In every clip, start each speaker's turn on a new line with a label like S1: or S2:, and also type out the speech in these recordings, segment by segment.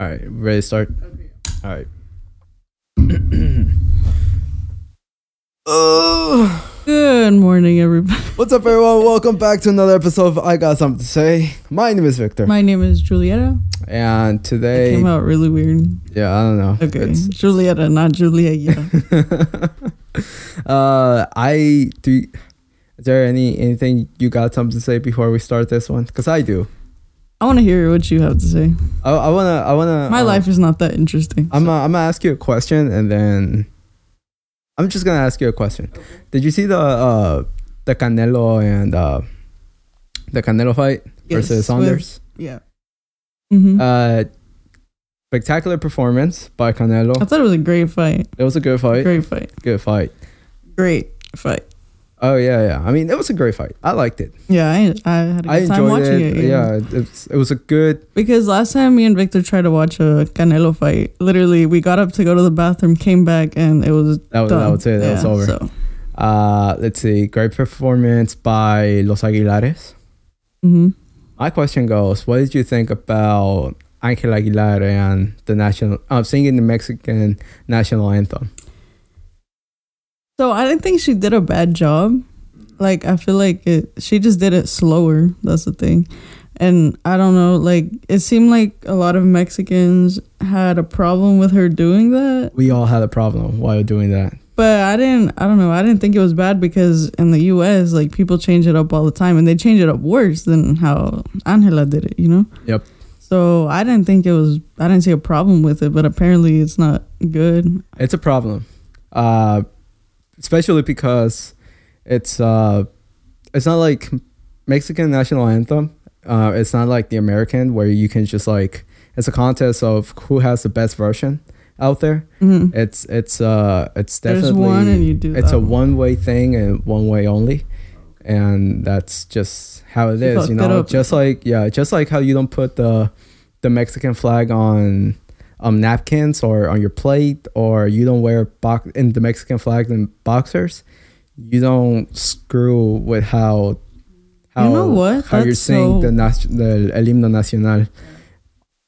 S1: All right, ready to start? All right. Ugh.
S2: Good morning, everybody.
S1: Uh, what's up, everyone? Welcome back to another episode of I Got Something to Say. My name is Victor,
S2: My name is Julieta.
S1: and
S2: It
S1: today,
S2: came out really weird.
S1: yeah, I don't know.
S2: Okay,
S1: It's-
S2: Julieta, not Julia. Yeah.
S1: uh, I do. Is there any anything you got something to say before we start this one? Cause I do.
S2: I want to hear what you have to say.
S1: I, I wanna. I wanna.
S2: My
S1: uh,
S2: life is not that interesting.
S1: I'm. Uh, I'm gonna ask you a question, and then I'm just gonna ask you a question. Did you see the uh the Canelo and uh the Canelo fight
S2: Yes,
S1: versus
S2: with-
S1: Saunders?
S2: yeah. hmm
S1: Uh, spectacular performance by Canelo.
S2: I thought it was a great fight.
S1: It was a good fight.
S2: Great fight.
S1: Good fight.
S2: Great fight.
S1: Oh yeah, yeah. I mean, it was a great fight. I liked it.
S2: Yeah, I, I had a good
S1: I
S2: time
S1: enjoyed
S2: watching
S1: it.
S2: it.
S1: yeah, it- it's, it was a good.
S2: Because last time me and Victor tried to watch a Canelo fight, literally we got up to go to the bathroom, came back, and it was
S1: Oh, That was that
S2: done.
S1: was it. That was
S2: Yeah,
S1: over.
S2: So,
S1: Uh, let's see. Great performance by Los Aguilares.
S2: hmm
S1: My question goes: What did you think about Angel Aguilar and the national uh, singing the Mexican national anthem?
S2: So I didn't think she did a bad job. Like I feel like it, she just did it slower. That's the thing. And I don't know, like it seemed like a lot of Mexicans had a problem with her doing that.
S1: We all had a problem while doing that.
S2: But I didn't I don't know, I didn't think it was bad because in the US, like people change it up all the time and they change it up worse than how Angela did it, you know?
S1: Yep.
S2: So I didn't think it was I didn't see a problem with it, but apparently it's not good.
S1: It's a problem, uh, especially because it's uh, it's not like Mexican national anthem. Uh, it's not like the American where you can just like it's a contest of who has the best version out there.
S2: Mhm.
S1: It's it's uh it's definitely
S2: There's one and you do
S1: it's
S2: that
S1: a one way thing and one way only and that's just how it
S2: You
S1: is
S2: fucked
S1: you
S2: it
S1: know
S2: up.
S1: just like yeah just like how you don't put the the mexican flag on um napkins or on your plate or you don't wear box in the mexican flag in boxers you don't screw with how how
S2: You know what?
S1: how you're
S2: That's
S1: saying the
S2: so-
S1: nas- the el himno nacional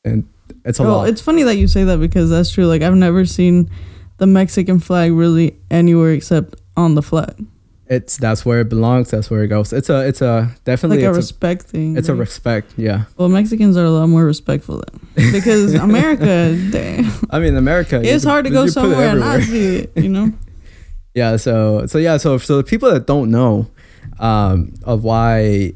S1: and it's a
S2: well,
S1: lot
S2: it's funny that you say that because that's true. Like I've never seen the Mexican flag really anywhere except on the flag.
S1: it's that's where it belongs that's where it goes it's a it's a
S2: Like
S1: definitely
S2: a
S1: it's,
S2: respect thing.
S1: a, it's a
S2: like-
S1: respect yeah
S2: well, Mexicans are a lot more respectful than because America, damn,
S1: I mean, America. you
S2: it's
S1: could-
S2: hard to
S1: you
S2: go
S1: put it
S2: somewhere and not
S1: everywhere.
S2: see it. You know,
S1: Yeah. So so yeah. So so the people that don't know um, of why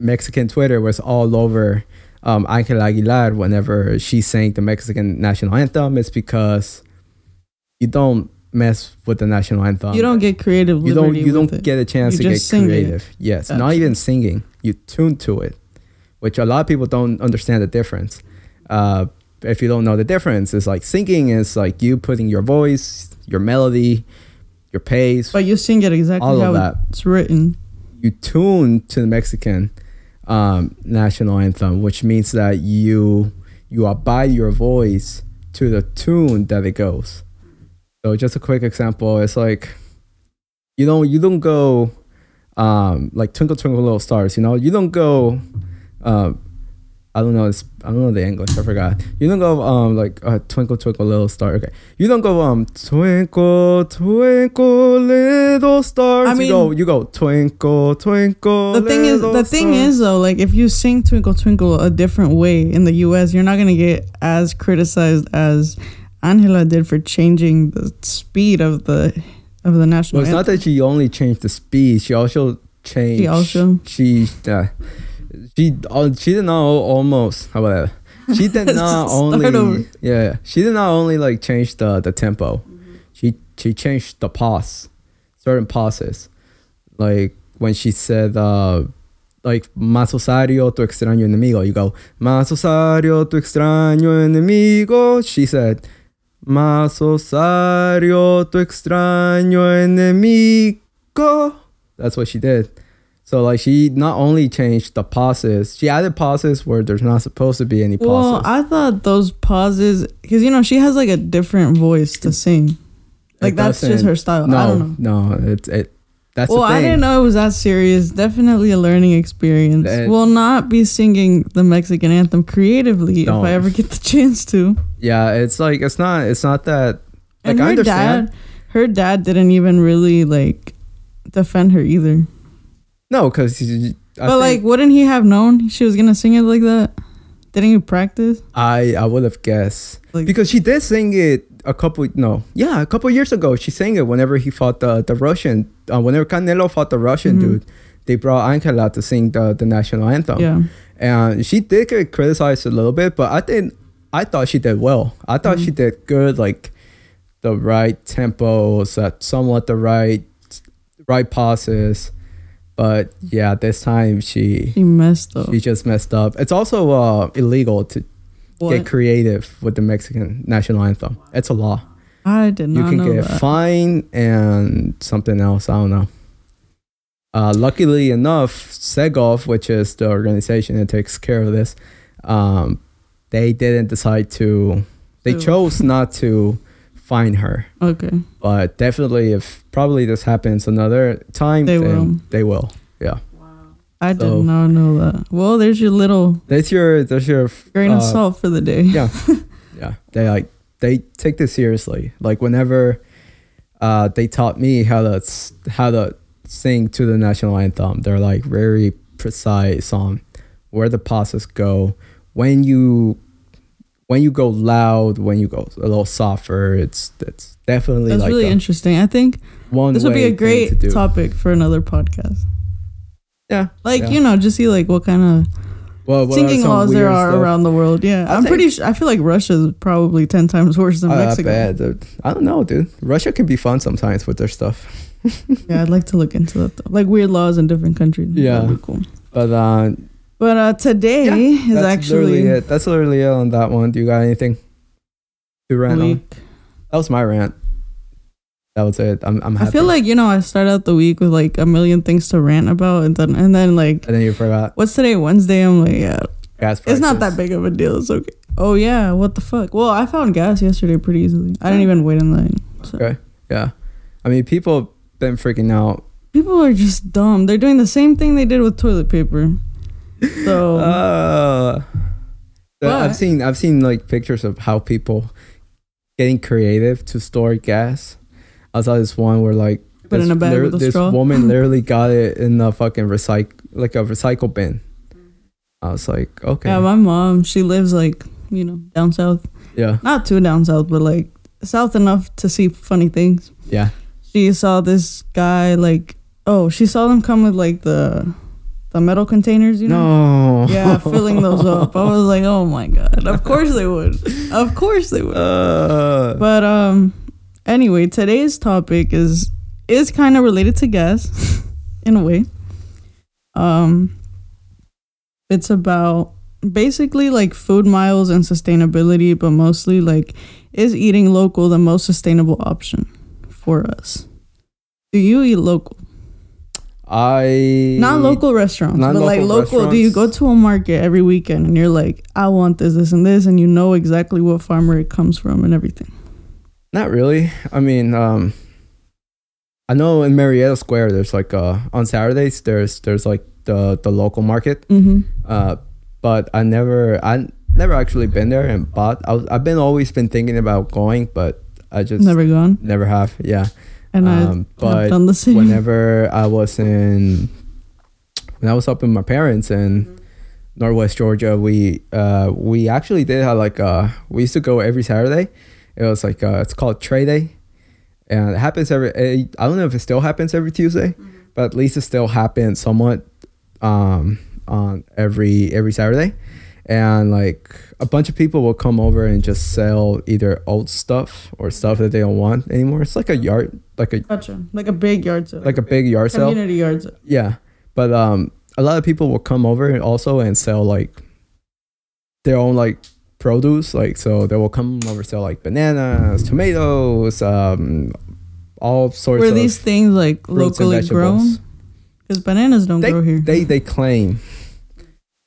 S1: Mexican Twitter was all over um, Angela Aguilar whenever she sang the Mexican national anthem, it's because you don't mess with the national anthem.
S2: you don't get creative
S1: You don't.
S2: liberty.
S1: You don't
S2: with it.
S1: get a chance to
S2: You
S1: get
S2: just sing it.
S1: creative. Yes. Not
S2: Gotcha.
S1: even singing. You tune to it, which a lot of people don't understand the difference. Uh, if you don't know the difference, it's like singing is like you putting your voice, your melody, your pace,
S2: but you sing it exactly
S1: all
S2: how
S1: of that.
S2: it's written.
S1: You tune to the Mexican um, national anthem, which means that you you abide your voice to the tune that it goes. So just a quick example, it's like you don't you don't go um, like twinkle twinkle little stars, you know, you don't go um, I don't know it's, I don't know the English, I forgot. You don't go um like uh, twinkle twinkle little star. Okay. You don't go um twinkle twinkle little stars.
S2: I
S1: you
S2: mean-
S1: go you go twinkle twinkle
S2: The thing is, the
S1: little
S2: thing
S1: star.
S2: is though, like if you sing "Twinkle Twinkle" a different way in the U.S., you're not gonna get as criticized as Angela did for changing the speed of the of the national.
S1: Well, it's not that she only changed the speed. She also changed.
S2: She also-
S1: She uh, she uh, she did not al- almost how about that? She did not
S2: Start over.
S1: only yeah. She did not only like change the the tempo. She she changed the pause, certain pauses, like when she said uh. Like más osario tu extraño enemigo. You go más osario tu extraño enemigo. She said Más osario tu extraño enemigo. That's what she did. So like she not only changed the pauses, she added pauses where there's not supposed to be any
S2: Well,
S1: pauses.
S2: I thought those pauses, because you know she has like a different voice to sing. Like
S1: It
S2: that's just
S1: doesn't-
S2: her style.
S1: No,
S2: I don't know.
S1: no, it's it. That's
S2: well,
S1: the thing.
S2: I didn't know it was that serious. Definitely a learning experience.
S1: That-
S2: Will not be singing the Mexican anthem creatively
S1: Don't.
S2: if I ever get the chance to.
S1: Yeah, it's like it's not it's not that like
S2: and her
S1: I understand.
S2: dad, her dad didn't even really like defend her either.
S1: No, because I
S2: but like,
S1: think
S2: wouldn't he have known she was gonna sing it like that? Didn't he practice?
S1: I I would have guessed
S2: Like,
S1: because she did sing it a couple no yeah a couple years ago she sang it whenever he fought the the Russian uh, whenever Canelo fought the Russian
S2: Mhm.
S1: dude they brought Angela to sing the the national anthem
S2: yeah,
S1: and she did get criticized a little bit but I think I thought she did well I thought
S2: Mhm.
S1: she did good like the right tempos at somewhat the right right pauses but yeah this time she
S2: she messed up.
S1: She just messed up. It's also uh, illegal to
S2: What?
S1: get creative with the Mexican national anthem. It's a law.
S2: I did
S1: you
S2: not
S1: can
S2: know
S1: get
S2: that.
S1: fined and something else. I don't know. Uh, luckily enough, Segov, which is the organization that takes care of this, um, they didn't decide to. They
S2: Sue.
S1: chose not to fine her.
S2: okay,
S1: But definitely, if probably this happens another time,
S2: They
S1: then
S2: will.
S1: They will.
S2: I did
S1: So-
S2: not know that. Well, there's your little
S1: That's your. That's your
S2: grain of
S1: uh,
S2: salt for the day.
S1: yeah yeah they like they take this seriously like whenever uh they taught me how to s- how to sing to the national anthem they're like very precise on where the pauses go when you when you go loud when you go a little softer it's it's definitely
S2: That's
S1: like
S2: really
S1: a
S2: interesting. I think
S1: one
S2: this would be
S1: way thing
S2: a
S1: to
S2: great
S1: do.
S2: topic for another podcast.
S1: yeah
S2: Like
S1: Yeah.
S2: you know, just see like what kind of
S1: well what are
S2: singing
S1: some
S2: laws there
S1: weird
S2: are
S1: stuff?
S2: around the world. Yeah,
S1: I
S2: I am pretty. Sh- I feel like Russia is probably ten times worse than
S1: Oh, I- I
S2: Mexico.
S1: bet, dude. I don't know dude russia can be fun sometimes with their stuff
S2: Yeah, I'd like to look into that. Though. Like weird laws in different countries.
S1: Yeah.
S2: That'd be cool.
S1: but uh
S2: But uh, today
S1: Yeah,
S2: is
S1: that's
S2: actually
S1: literally it. That's literally it on that one. Do you got anything to rant on?
S2: week.
S1: That was my rant. That was it. I'm I'm happy.
S2: I feel like you know I start out the week with like a million things to rant about, and then and then like
S1: and then you forgot.
S2: what's today Wednesday? I'm like yeah,
S1: Gas
S2: it's not that
S1: prices.
S2: big of a deal. It's okay. Oh yeah, what the fuck? Well, I found gas yesterday pretty easily. I didn't even wait in line. So.
S1: Okay. Yeah, I mean people been freaking out.
S2: People are just dumb. They're doing the same thing they did with toilet paper. So
S1: Uh, the-
S2: Oh. But-
S1: I've seen I've seen like pictures of how people getting creative to store gas. I saw this one where like
S2: Put it
S1: this,
S2: in a bag
S1: lir-
S2: with a
S1: this
S2: straw?
S1: woman literally got it in a fucking recycle like a recycle bin. I was like, okay,
S2: yeah, my mom, she lives like you know down south,
S1: yeah.
S2: not too down south, but like south enough to see funny things.
S1: Yeah.
S2: She saw this guy like oh she saw them come with like the the metal containers you know.
S1: no.
S2: Yeah, filling those up. I was like, oh my god. Of course they would. Of course they would.
S1: Uh,
S2: But um anyway, today's topic is is kind of related to gas in a way. Um it's about basically like food miles and sustainability, but mostly like is eating local the most sustainable option for us? Do you eat local?
S1: I
S2: Not local restaurants,
S1: Not
S2: but like
S1: local
S2: local. Do you go
S1: restaurants.
S2: to a market every weekend and you're like, I want this, this, and this, and you know exactly what farmer it comes from and everything?
S1: Not really. I mean, um, I know in Marietta Square, there's like uh, on Saturdays, there's there's like the the local market.
S2: Mm-hmm.
S1: Uh, but I never I never actually been there and bought. I was, I've been always been thinking about going, but I just never,
S2: Never gone.
S1: have. Yeah.
S2: And
S1: Um,
S2: I
S1: but
S2: have done the same.
S1: whenever I was in when I was up with my parents in Northwest Georgia, we uh we actually did have like uh we used to go every Saturday. It was like uh it's called Trey Day. And it happens every eh, I don't know if it still happens every Tuesday, but at least it still happens somewhat um on every every Saturday. And like a bunch of people will come over and just sell either old stuff or stuff that they don't want anymore. It's like a yard like a
S2: Gotcha. Like a big yard sale.
S1: like a big yard sale.
S2: community yard sale.
S1: Yeah, but um, a lot of people will come over and also and sell like their own like produce. Like so, they will come over sell like bananas, tomatoes, um, all sorts
S2: Were
S1: of
S2: these things like
S1: fruits and
S2: locally grown?
S1: vegetables.
S2: Because bananas don't grow here.
S1: They they claim.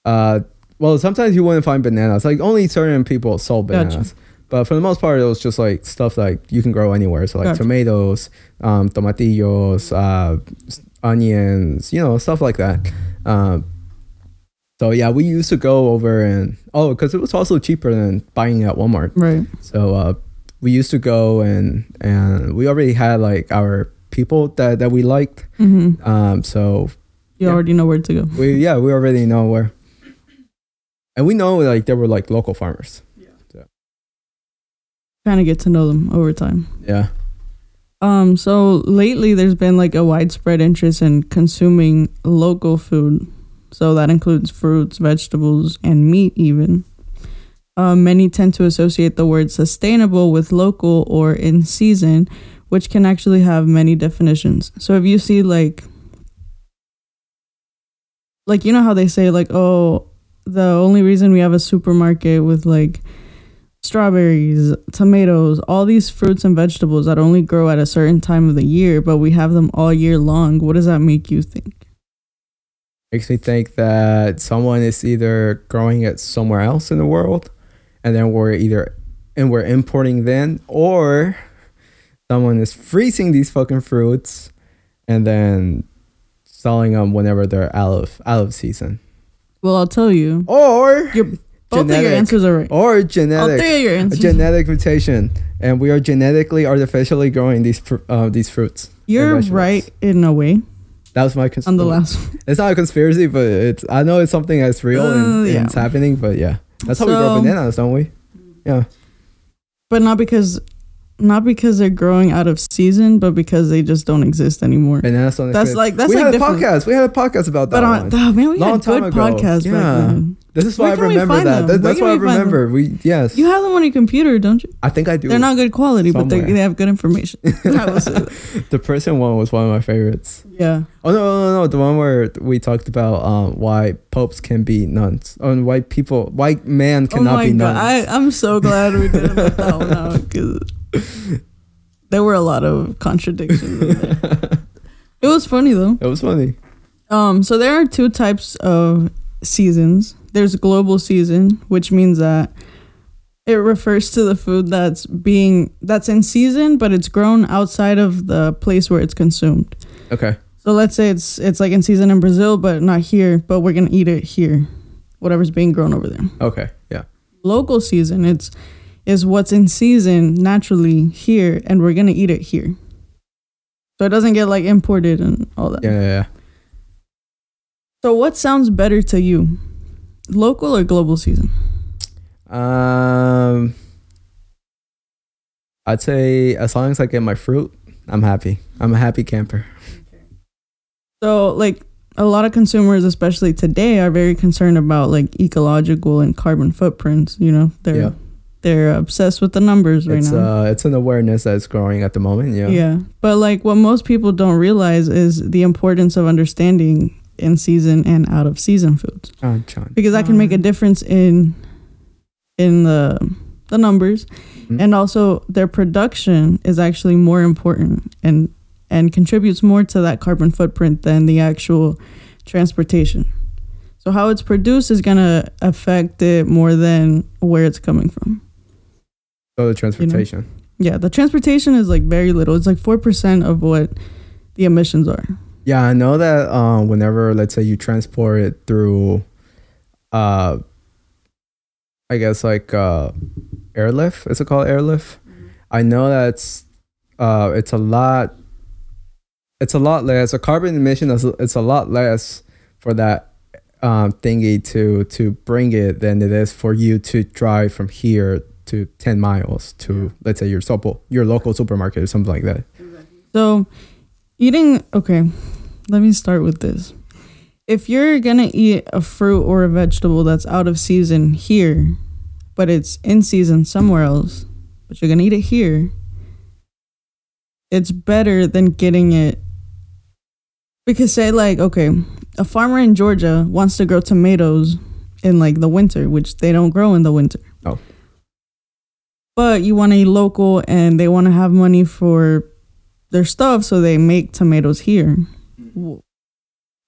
S1: Uh, well, sometimes you wouldn't find bananas. Like only certain people sold
S2: Gotcha.
S1: bananas, But for the most part, it was just like stuff like you can grow anywhere. So like
S2: Gotcha.
S1: tomatoes, um, tomatillos, uh, s- onions, you know, stuff like that. Um, so yeah, we used to go over and oh, because it was also cheaper than buying at Walmart.
S2: Right.
S1: So uh, we used to go and and we already had like our people that that we liked.
S2: hmm
S1: Um, so
S2: You
S1: Yeah.
S2: already know where to go.
S1: we yeah we already know where, and we know like they were like local farmers.
S2: Trying to get to know them over time.
S1: Yeah.
S2: Um, so lately there's been like a widespread interest in consuming local food. So that includes fruits, vegetables, and meat even. Uh, many tend to associate the word sustainable with local or in season, which can actually have many definitions. So if you see like like you know how they say like oh the only reason we have a supermarket with like strawberries, tomatoes, all these fruits and vegetables that only grow at a certain time of the year, but we have them all year long. What does that make you think?
S1: makes me think that someone is either growing it somewhere else in the world and then we're either and we're importing then or someone is freezing these fucking fruits and then selling them whenever they're out of out of season
S2: Well, I'll tell you.
S1: or
S2: Your, both of your
S1: Genetic.
S2: answers are right.
S1: or
S2: All three
S1: genetic
S2: of your
S1: a
S2: answers.
S1: genetic mutation and we are genetically artificially growing these fr- uh, these fruits
S2: You're
S1: vegetables.
S2: right in a way
S1: that was my cons-
S2: on the last one.
S1: it's not a conspiracy but it's i know it's something that's real and,
S2: Uh,
S1: and
S2: yeah.
S1: it's happening but yeah that's how we grow
S2: So-
S1: bananas don't we
S2: But not because not because they're growing out of season, but because they just don't exist anymore.
S1: Bananas on the
S2: That's
S1: Fifth.
S2: like that's
S1: we
S2: like
S1: had a
S2: different.
S1: podcast. We had a podcast about that.
S2: but on,
S1: one.
S2: oh, man, we
S1: Long
S2: had
S1: time
S2: good
S1: ago.
S2: podcasts
S1: Yeah.
S2: back then.
S1: this is
S2: where
S1: why I
S2: can we
S1: remember
S2: find
S1: that.
S2: them?
S1: That-
S2: Where
S1: That's
S2: can
S1: why I
S2: we find them?
S1: remember. We yes.
S2: You have them on your computer, don't you?
S1: I think I do.
S2: They're not good quality, but they,
S1: Somewhere.
S2: they have good information. I will say that.
S1: the person one was one of my favorites.
S2: Yeah.
S1: Oh no, no, no! The one where we talked about um, why popes can be nuns, oh, and why people, white man cannot be nuns.
S2: Oh I, I'm so glad we didn't put that one out because there were a lot of contradictions. in there. It was funny though.
S1: it was funny.
S2: Um, so there are two types of seasons. There's global season, which means that it refers to the food that's being that's in season, but it's grown outside of the place where it's consumed.
S1: Okay.
S2: So let's say it's it's like in season in Brazil, but not here. But we're gonna eat it here, whatever's being grown over there.
S1: Okay. Yeah.
S2: local season. It's is what's in season naturally here, and we're gonna eat it here. So it doesn't get like imported and all that.
S1: Yeah. Yeah. yeah.
S2: So what sounds better to you, local or global season?
S1: Um, I'd say as long as I get my fruit, I'm happy. I'm a happy camper.
S2: So like a lot of consumers, especially today, are very concerned about like ecological and carbon footprints. You know, they're
S1: Yeah.
S2: they're obsessed with the numbers right
S1: it's
S2: now.
S1: uh, it's an awareness that's growing at the moment. Yeah.
S2: Yeah. But like what most people don't realize is the importance of understanding in season and out of season foods
S1: Oh, John.
S2: because that can make a difference in in the the numbers
S1: Mhm.
S2: and also their production is actually more important and and contributes more to that carbon footprint than the actual transportation. So how it's produced is going to affect it more than where it's coming from.
S1: So the transportation.
S2: Yeah, the transportation is like very little. It's like four percent of what the emissions are.
S1: Yeah, I know that. Um, whenever let's say you transport it through, uh, I guess like uh, airlift. Is it called airlift?
S2: Mm-hmm.
S1: I know that's uh, it's a lot. It's a lot less. A carbon emission is it's a lot less for that um, thingy to to bring it than it is for you to drive from here to ten miles to let's say your super, your local supermarket or something like that.
S2: So eating okay, let me start with this. If you're gonna eat a fruit or a vegetable that's out of season here, but it's in season somewhere else, but you're gonna eat it here, it's better than getting it because say like, okay, a farmer in Georgia wants to grow tomatoes in like the winter, which they don't grow in the winter.
S1: Oh.
S2: But you want to eat local and they want to have money for their stuff, so they make tomatoes here. W-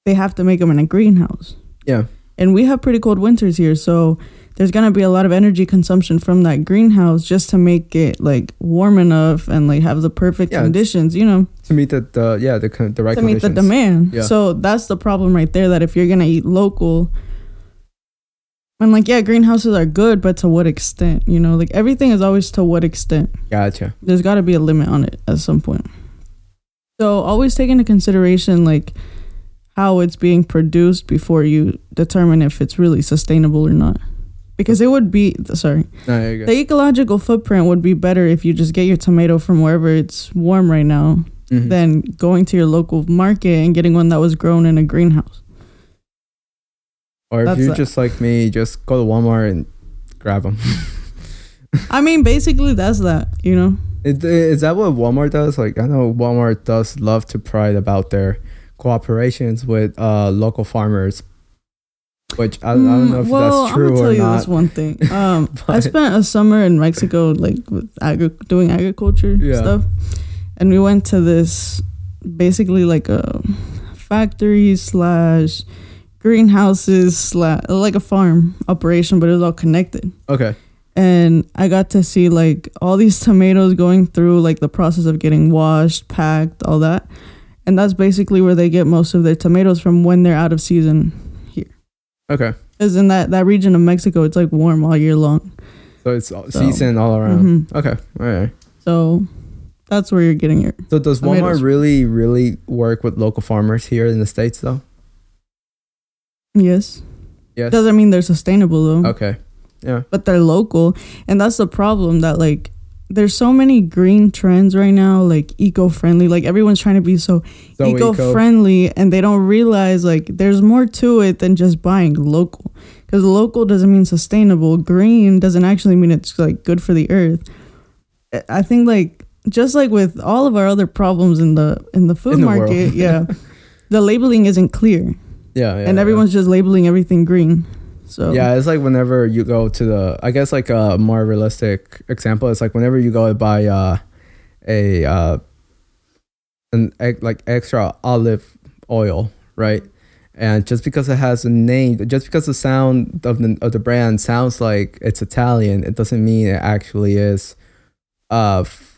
S2: They have to make them in a greenhouse.
S1: Yeah.
S2: And we have pretty cold winters here, so there's gonna be a lot of energy consumption from that greenhouse just to make it like warm enough and like have the perfect
S1: Yeah, it's-
S2: conditions, you know,
S1: to meet the, the yeah the con- the right
S2: to meet the
S1: conditions.
S2: demand.
S1: Yeah.
S2: So that's the problem right there. That if you're gonna eat local, and like yeah, greenhouses are good, but to what extent? You know, like everything is always to what extent
S1: Gotcha.
S2: there's got to be a limit on it at some point. So always take into consideration like how it's being produced before you determine if it's really sustainable or not. Because it would be sorry,
S1: No, Oh, there you go.
S2: the ecological footprint would be better if you just get your tomato from wherever it's warm right now
S1: Mhm.
S2: than going to your local market and getting one that was grown in a greenhouse.
S1: or if
S2: that's
S1: you're
S2: a-
S1: just like me, just go to Walmart and grab them.
S2: I mean, basically that's that, you know.
S1: Is, is that what Walmart does? Like, I know Walmart does love to pride about their cooperations with uh, local farmers, which I, I don't know if
S2: Mm, well,
S1: that's
S2: I'm
S1: true
S2: gonna
S1: or
S2: tell you
S1: not.
S2: this one thing. Um, I
S1: But-
S2: spent a summer in Mexico, like with agri- doing agriculture
S1: Yeah.
S2: stuff, and we went to this basically like a factory slash greenhouses slash like a farm operation, but it was all connected.
S1: Okay.
S2: And I got to see like all these tomatoes going through like the process of getting washed, packed, all that. And that's basically where they get most of their tomatoes from when they're out of season.
S1: Okay.
S2: Because in that, that region of Mexico, it's like warm all year long.
S1: So it's all
S2: So-
S1: season all around.
S2: Mhm.
S1: Okay. All right.
S2: So that's where you're getting your.
S1: So does Walmart
S2: Tomatoes.
S1: really, really work with local farmers here in the States though?
S2: Yes.
S1: Yes.
S2: Doesn't mean they're sustainable though,
S1: okay.
S2: but they're local. And that's the problem that, like, there's so many green trends right now, like eco friendly. Like, everyone's trying to be so
S1: So
S2: eco friendly and they don't realize, like, there's more to it than just buying local. Because local doesn't mean sustainable, green doesn't actually mean it's, like, good for the earth. I- I think, like, just like with all of our other problems in the in the food
S1: In the world.
S2: market, yeah, the labeling isn't clear.
S1: yeah, yeah.
S2: and
S1: yeah.
S2: everyone's just labeling everything green. So
S1: Yeah, it's like whenever you go to the, I guess like a more realistic example is like whenever you go to buy uh, a uh, an ex- like extra olive oil, right? And just because it has a name, just because the sound of the of the brand sounds like it's Italian, it doesn't mean it actually is uh f-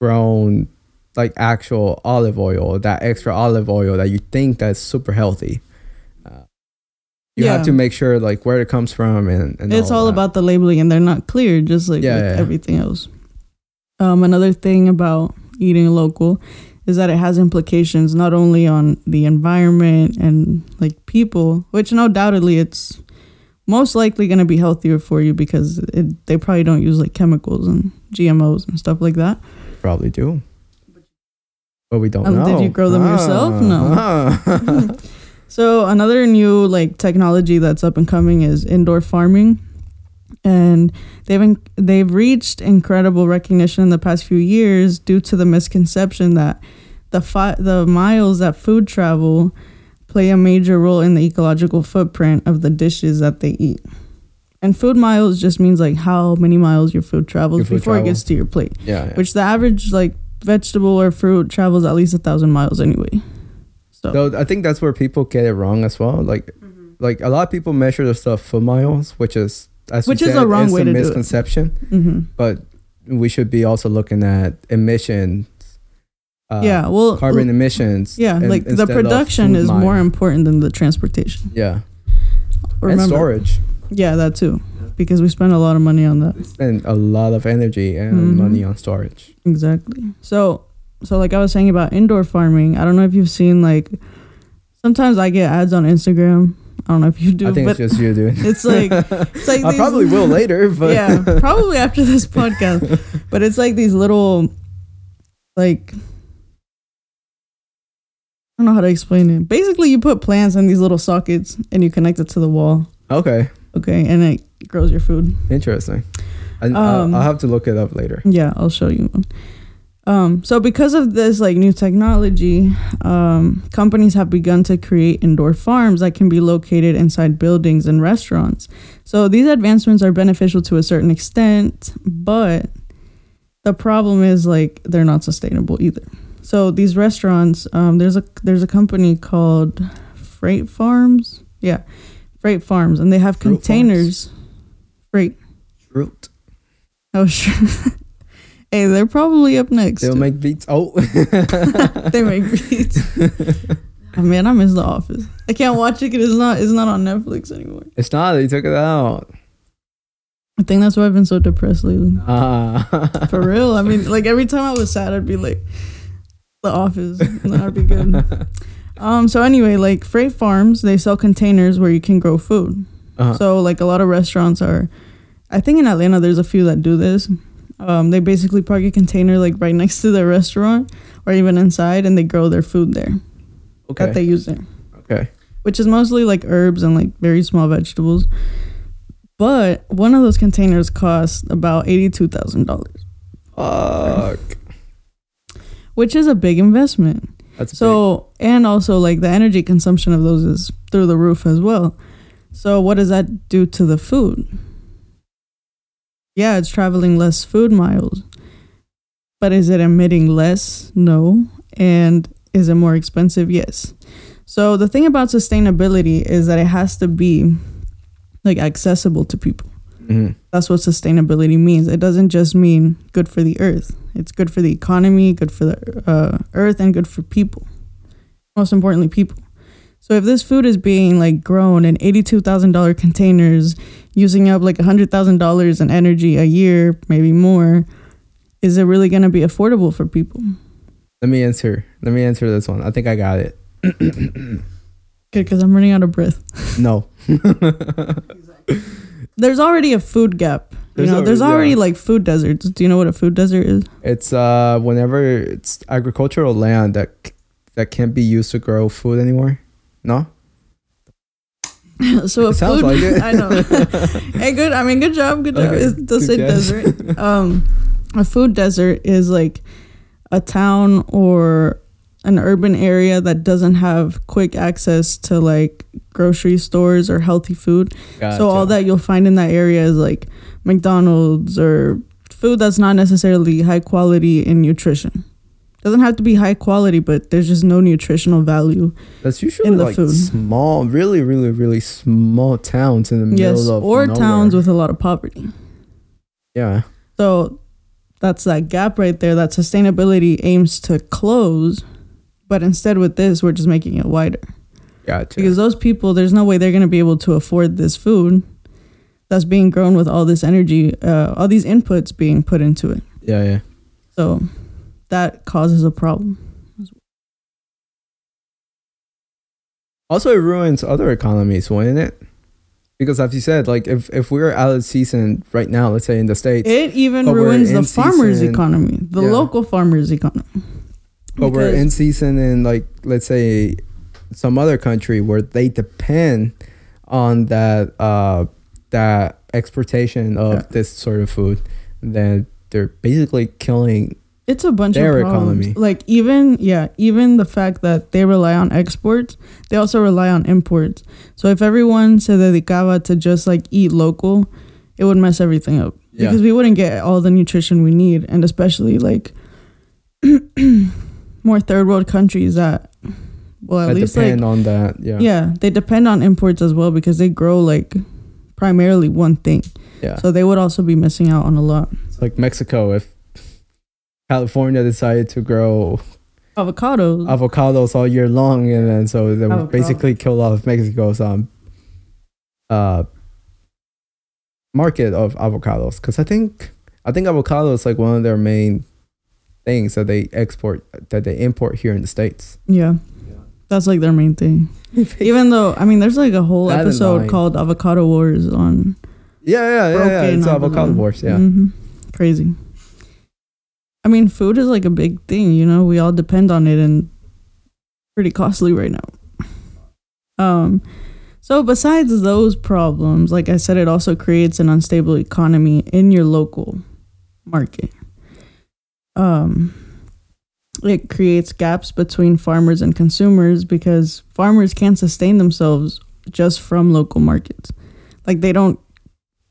S1: grown like actual olive oil, that extra olive oil that you think that's super healthy. Uh, you
S2: Yeah.
S1: have to make sure like where it comes from and, and
S2: it's all
S1: that.
S2: about the labeling, and they're not clear, just like
S1: Yeah,
S2: with
S1: yeah, yeah.
S2: everything else. Um, another thing about eating local is that it has implications not only on the environment and like people, which no doubtedly it's most likely going to be healthier for you because it, they probably don't use like chemicals and GMOs and stuff like that.
S1: Probably do. But we don't
S2: Um,
S1: know.
S2: did you grow them yourself? No.
S1: Ah.
S2: So another new like technology that's up and coming is indoor farming, and they've in- they've reached incredible recognition in the past few years due to the misconception that the fi- the miles that food travel play a major role in the ecological footprint of the dishes that they eat. And food miles just means like how many miles your food travels
S1: Your food
S2: before
S1: travel.
S2: it gets to your plate,
S1: yeah. yeah.
S2: which the average like vegetable or fruit travels at least a thousand miles anyway. So Mm-hmm.
S1: Though I think that's where people get it wrong as well. Like, like a lot of people measure their stuff foot miles, which is as you
S2: Which is
S1: said,
S2: a wrong way
S1: a
S2: to do it.
S1: misconception.
S2: mhm.
S1: But we should be also looking at emissions. Uh,
S2: yeah, well,
S1: Carbon emissions.
S2: Yeah,
S1: in-
S2: like the
S1: instead of
S2: production
S1: food
S2: is
S1: mile.
S2: more important than the transportation.
S1: Yeah,
S2: Remember?
S1: and storage.
S2: Yeah, that too, because we spend a lot of money on that.
S1: Spend a lot of energy and
S2: Mhm.
S1: money on storage.
S2: Exactly. So, so like I was saying about indoor farming, I don't know if you've seen like sometimes I get ads on Instagram. I don't know if you do,
S1: I think
S2: but
S1: it's just you doing.
S2: it's like it's like
S1: I
S2: these-
S1: probably will later, but
S2: yeah, probably after this podcast. But it's like these little, like, I don't know how to explain it. Basically, you put plants in these little sockets and you connect it to the wall.
S1: okay,
S2: Okay, and it grows your food.
S1: interesting. I,
S2: Um,
S1: I'll, I'll have to look it up later.
S2: Yeah, I'll show you. one. Um, so because of this like new technology, um, companies have begun to create indoor farms that can be located inside buildings and restaurants. So these advancements are beneficial to a certain extent, but the problem is like they're not sustainable either. So these restaurants, um, there's a there's a company called Freight Farms, yeah, freight farms, and they have
S1: Fruit
S2: containers. Freight.
S1: Fruit.
S2: Oh sure. hey, they're probably up next.
S1: They'll make beats. Oh,
S2: they make beats. oh man, I miss The Office. I can't watch it. 'cause It's not. It's not on Netflix anymore.
S1: it's not. They took it out.
S2: I think that's why I've been so depressed lately.
S1: Ah.
S2: For real. I mean, like every time I was sad, I'd be like, The Office, and then I'd be good. Um. So anyway, like freight farms, they sell containers where you can grow food.
S1: Uh-huh.
S2: So like a lot of restaurants are, I think in Atlanta there's a few that do this. Um, they basically park a container like right next to their restaurant or even inside, and they grow their food there
S1: okay.
S2: that they use there,
S1: okay.
S2: which is mostly like herbs and like very small vegetables. But one of those containers costs about eighty-two thousand dollars,
S1: Fuck.
S2: which is a big investment.
S1: That's big.
S2: So, and also like the energy consumption of those is through the roof as well. So, what does that do to the food? Yeah, it's traveling less food miles. But is it emitting less? No. And is it more expensive? Yes. So, the thing about sustainability is that it has to be like accessible to people.
S1: Mhm.
S2: That's what sustainability means. It doesn't just mean good for the earth. It's good for the economy, good for the uh, earth, and good for people. Most importantly, people. So if this food is being like grown in eighty-two thousand dollar containers, using up like hundred thousand dollars in energy a year, maybe more, is it really going to be affordable for people?
S1: Let me answer. Let me answer this one. I think I got it.
S2: Good, because I'm running out of breath.
S1: No.
S2: There's already a food gap. You
S1: There's
S2: know, there's
S1: already-
S2: already
S1: yeah.
S2: like food deserts. Do you know what a food desert is?
S1: It's uh whenever it's agricultural land that c- that can't be used to grow food anymore. No.
S2: so a
S1: It sounds
S2: food,
S1: like it.
S2: I know. hey, good. I mean, good job. Good job.
S1: Okay,
S2: It
S1: good
S2: does say
S1: guess.
S2: desert. Um, a food desert is like a town or an urban area that doesn't have quick access to like grocery stores or healthy food. So all
S1: Gotcha.
S2: that you'll find in that area is like McDonald's or food that's not necessarily high quality in nutrition. Doesn't have to be high quality, but there's just no nutritional value.
S1: that's usually
S2: in the
S1: like
S2: food.
S1: small, really, really, really small towns in the
S2: Yes,
S1: middle of
S2: or
S1: nowhere.
S2: towns with a lot of poverty.
S1: yeah.
S2: So that's that gap right there that sustainability aims to close. But instead, with this, we're just making it wider
S1: Gotcha.
S2: because those people, there's no way they're going to be able to afford this food that's being grown with all this energy, uh, all these inputs being put into it.
S1: yeah, yeah.
S2: So that causes a problem.
S1: Also, it ruins other economies, wouldn't it? Because as you said, like if if we're out of season right now, let's say in the states,
S2: It even
S1: but we're
S2: ruins the
S1: in
S2: farmer's
S1: season.
S2: economy, the
S1: Yeah.
S2: local farmer's economy.
S1: but we're
S2: because-
S1: in season in like let's say some other country where they depend on that uh that exportation of
S2: Yeah.
S1: this sort of food, then they're basically killing.
S2: It's a bunch
S1: Their
S2: of problems.
S1: economy.
S2: Like even yeah, even the fact that they rely on exports, they also rely on imports. So if everyone se dedicaba to just like eat local, it would mess everything up
S1: Yeah.
S2: because we wouldn't get all the nutrition we need, and especially like more third world countries that well at
S1: that
S2: least like
S1: depend on that. Yeah.
S2: yeah they depend on imports as well because they grow like primarily one thing,
S1: Yeah.
S2: so they would also be missing out on a lot.
S1: It's like Mexico, if California decided to grow
S2: Avocados.
S1: avocados all year long, and then so they would
S2: Avocado.
S1: basically kill off Mexico's um uh market of avocados because I think I think avocado is like one of their main things that they export that they import here in the states.
S2: yeah, that's like their main thing. Even though, I mean, there's like a whole
S1: That and
S2: episode
S1: mine.
S2: called Avocado Wars on.
S1: yeah, yeah, yeah, yeah.
S2: Broken uh-huh.
S1: It's
S2: on
S1: avocado
S2: the-
S1: wars. Yeah,
S2: Mhm. Crazy. I mean, food is like a big thing, you know? We all depend on it and pretty costly right now. Um, so, besides those problems, like I said, it also creates an unstable economy in your local market. Um, it creates gaps between farmers and consumers because farmers can't sustain themselves just from local markets. Like they don't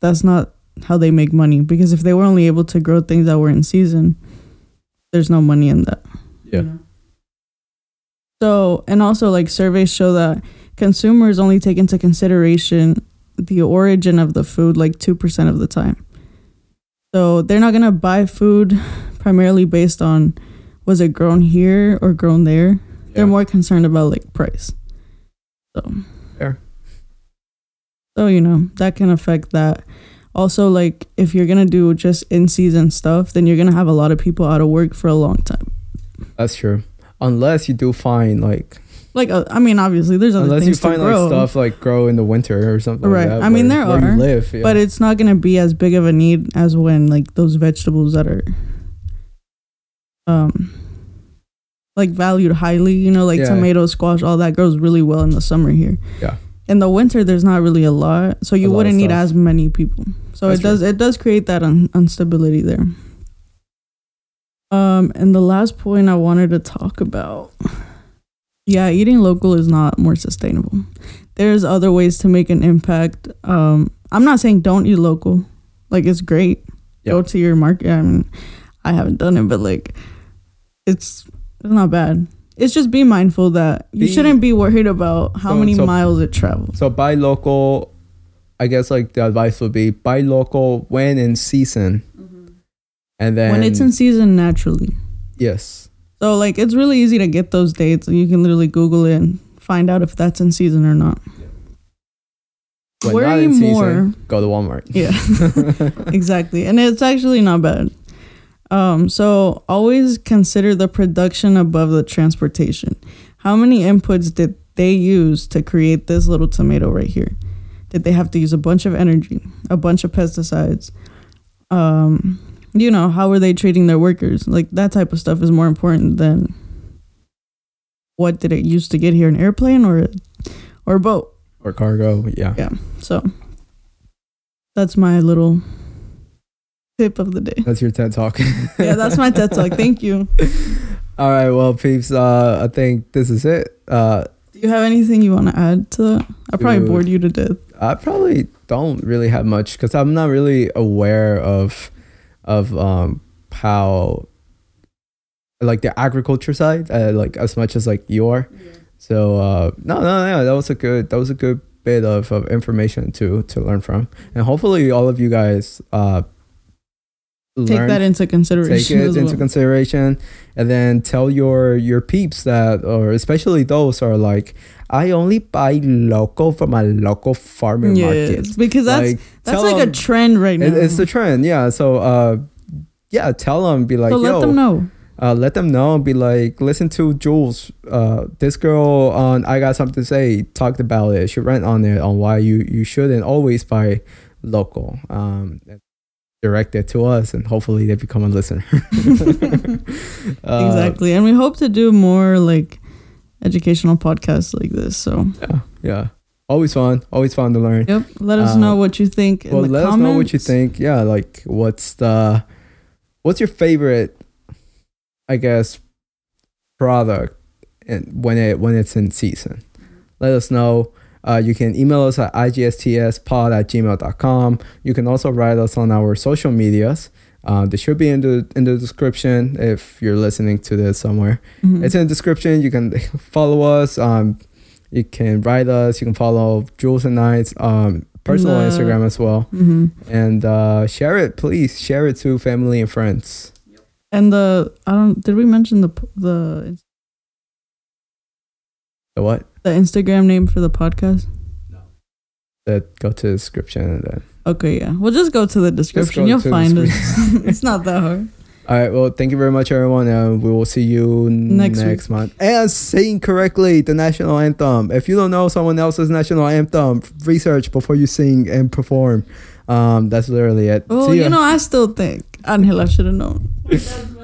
S2: that's not how they make money because if they were only able to grow things that were in season, there's no money in that.
S1: Yeah.
S2: know? So, and also like surveys show that consumers only take into consideration the origin of the food like 2% of the time. So they're not going to buy food primarily based on was it grown here or grown there. They're
S1: Yeah.
S2: more concerned about like price. So
S1: Fair.
S2: So you know, that can affect that. Also like if you're going to do just in season stuff, then you're going to have a lot of people out of work for a long time.
S1: That's true. Unless you do find like
S2: Like uh, I mean obviously there's other
S1: unless you
S2: things
S1: find
S2: to
S1: like
S2: grow.
S1: stuff like grow in the winter or something.
S2: Right.
S1: Like that,
S2: I mean,
S1: where-
S2: there
S1: where
S2: are,
S1: You live, yeah.
S2: but it's not going to be as big of a need as when like those vegetables that are um like valued highly you know like
S1: Yeah.
S2: tomato squash all that grows really well in the summer here
S1: Yeah.
S2: in the winter there's not really a lot so
S1: A
S2: you
S1: lot of
S2: wouldn't need
S1: stuff.
S2: as many people so
S1: That's
S2: it does it does create that un- instability there um and the last point i wanted to talk about yeah eating local is not more sustainable there's other ways to make an impact. Um, I'm not saying don't eat local. Like it's great.
S1: Yeah.
S2: Go to your market. I mean, I haven't done it, but like, it's it's not bad. It's just be mindful that you
S1: Be-
S2: shouldn't be worried about how
S1: So-
S2: many
S1: so-
S2: miles it travels.
S1: so buy local. I guess like the advice would be buy local when in season, and then
S2: Mm-hmm. when it's in season naturally.
S1: yes,
S2: So like, it's really easy to get those dates. You can literally Google it and find out if that's in season or not.
S1: when
S2: Worry
S1: not in
S2: more.
S1: season, go to Walmart.
S2: Yeah. exactly. And it's actually not bad. Um, so always consider the production above the transportation. How many inputs did they use to create this little tomato right here? Did they have to use a bunch of energy, a bunch of pesticides? Um, you know, how were they treating their workers? Like that type of stuff is more important than what did it use to get here? An airplane or or a boat?
S1: or cargo. Yeah.
S2: Yeah. So that's my little tip of the day.
S1: that's your TED talk.
S2: Yeah, that's my TED talk. Thank you.
S1: All right, well, peeps, uh, I think this is it. Uh,
S2: Do you have anything you want to add to that? I probably
S1: Dude.
S2: bored you to death.
S1: I probably don't really have much because I'm not really aware of of um how like the agriculture side uh, like as much as like you are. So uh, no, no, no, that was a good that was a good bit of, of information to to learn from, and hopefully all of you guys uh
S2: Take that into
S1: take
S2: consideration.
S1: it
S2: as
S1: into
S2: well.
S1: consideration and then tell your your peeps that or especially those are like i only buy local from a local farmer market
S2: Yes, because that's
S1: like,
S2: that's
S1: tell
S2: like a
S1: them-
S2: trend right now.
S1: it- it's the trend yeah so uh yeah tell them be like
S2: so
S1: yo
S2: let them know.
S1: uh, let them know and be like listen to jules uh this girl on i got something to say talked about it she ran on it on why you you shouldn't always buy local um direct it to us and hopefully they become a listener Uh,
S2: exactly, and we hope to do more like educational podcasts like this. So
S1: Yeah, yeah. Always fun. Always fun to learn.
S2: yep, let us
S1: Uh,
S2: know what you think
S1: well,
S2: in the
S1: let
S2: comments.
S1: us know what you think. Yeah, like what's the, what's your favorite, I guess, product, and when it when it's in season, let us know. Uh, you can email us at igstspod at gmail.com. You can also write us on our social medias. Uh, they should be in the in the description if you're listening to this somewhere.
S2: Mhm.
S1: It's in the description. You can follow us. Um, you can write us. You can follow Jules and Knight's um, personal
S2: The-
S1: Instagram as well.
S2: Mhm.
S1: And uh, share it, please. Share it to family and friends.
S2: And the I don't did we mention the p- the
S1: The what?
S2: the Instagram name for the podcast?
S1: The go to the description and then.
S2: Okay, yeah. We'll just go to the description.
S1: go
S2: You'll
S1: to the
S2: find it.
S1: description.
S2: it's not that hard.
S1: All right. Well, thank you very much, everyone. And we will see you
S2: Next
S1: next,
S2: week.
S1: month. And sing correctly the national anthem. If you don't know someone else's national anthem, research before you sing and perform. Um, that's literally it.
S2: Oh,
S1: See
S2: you
S1: ya.
S2: know, I still think Angela should have known.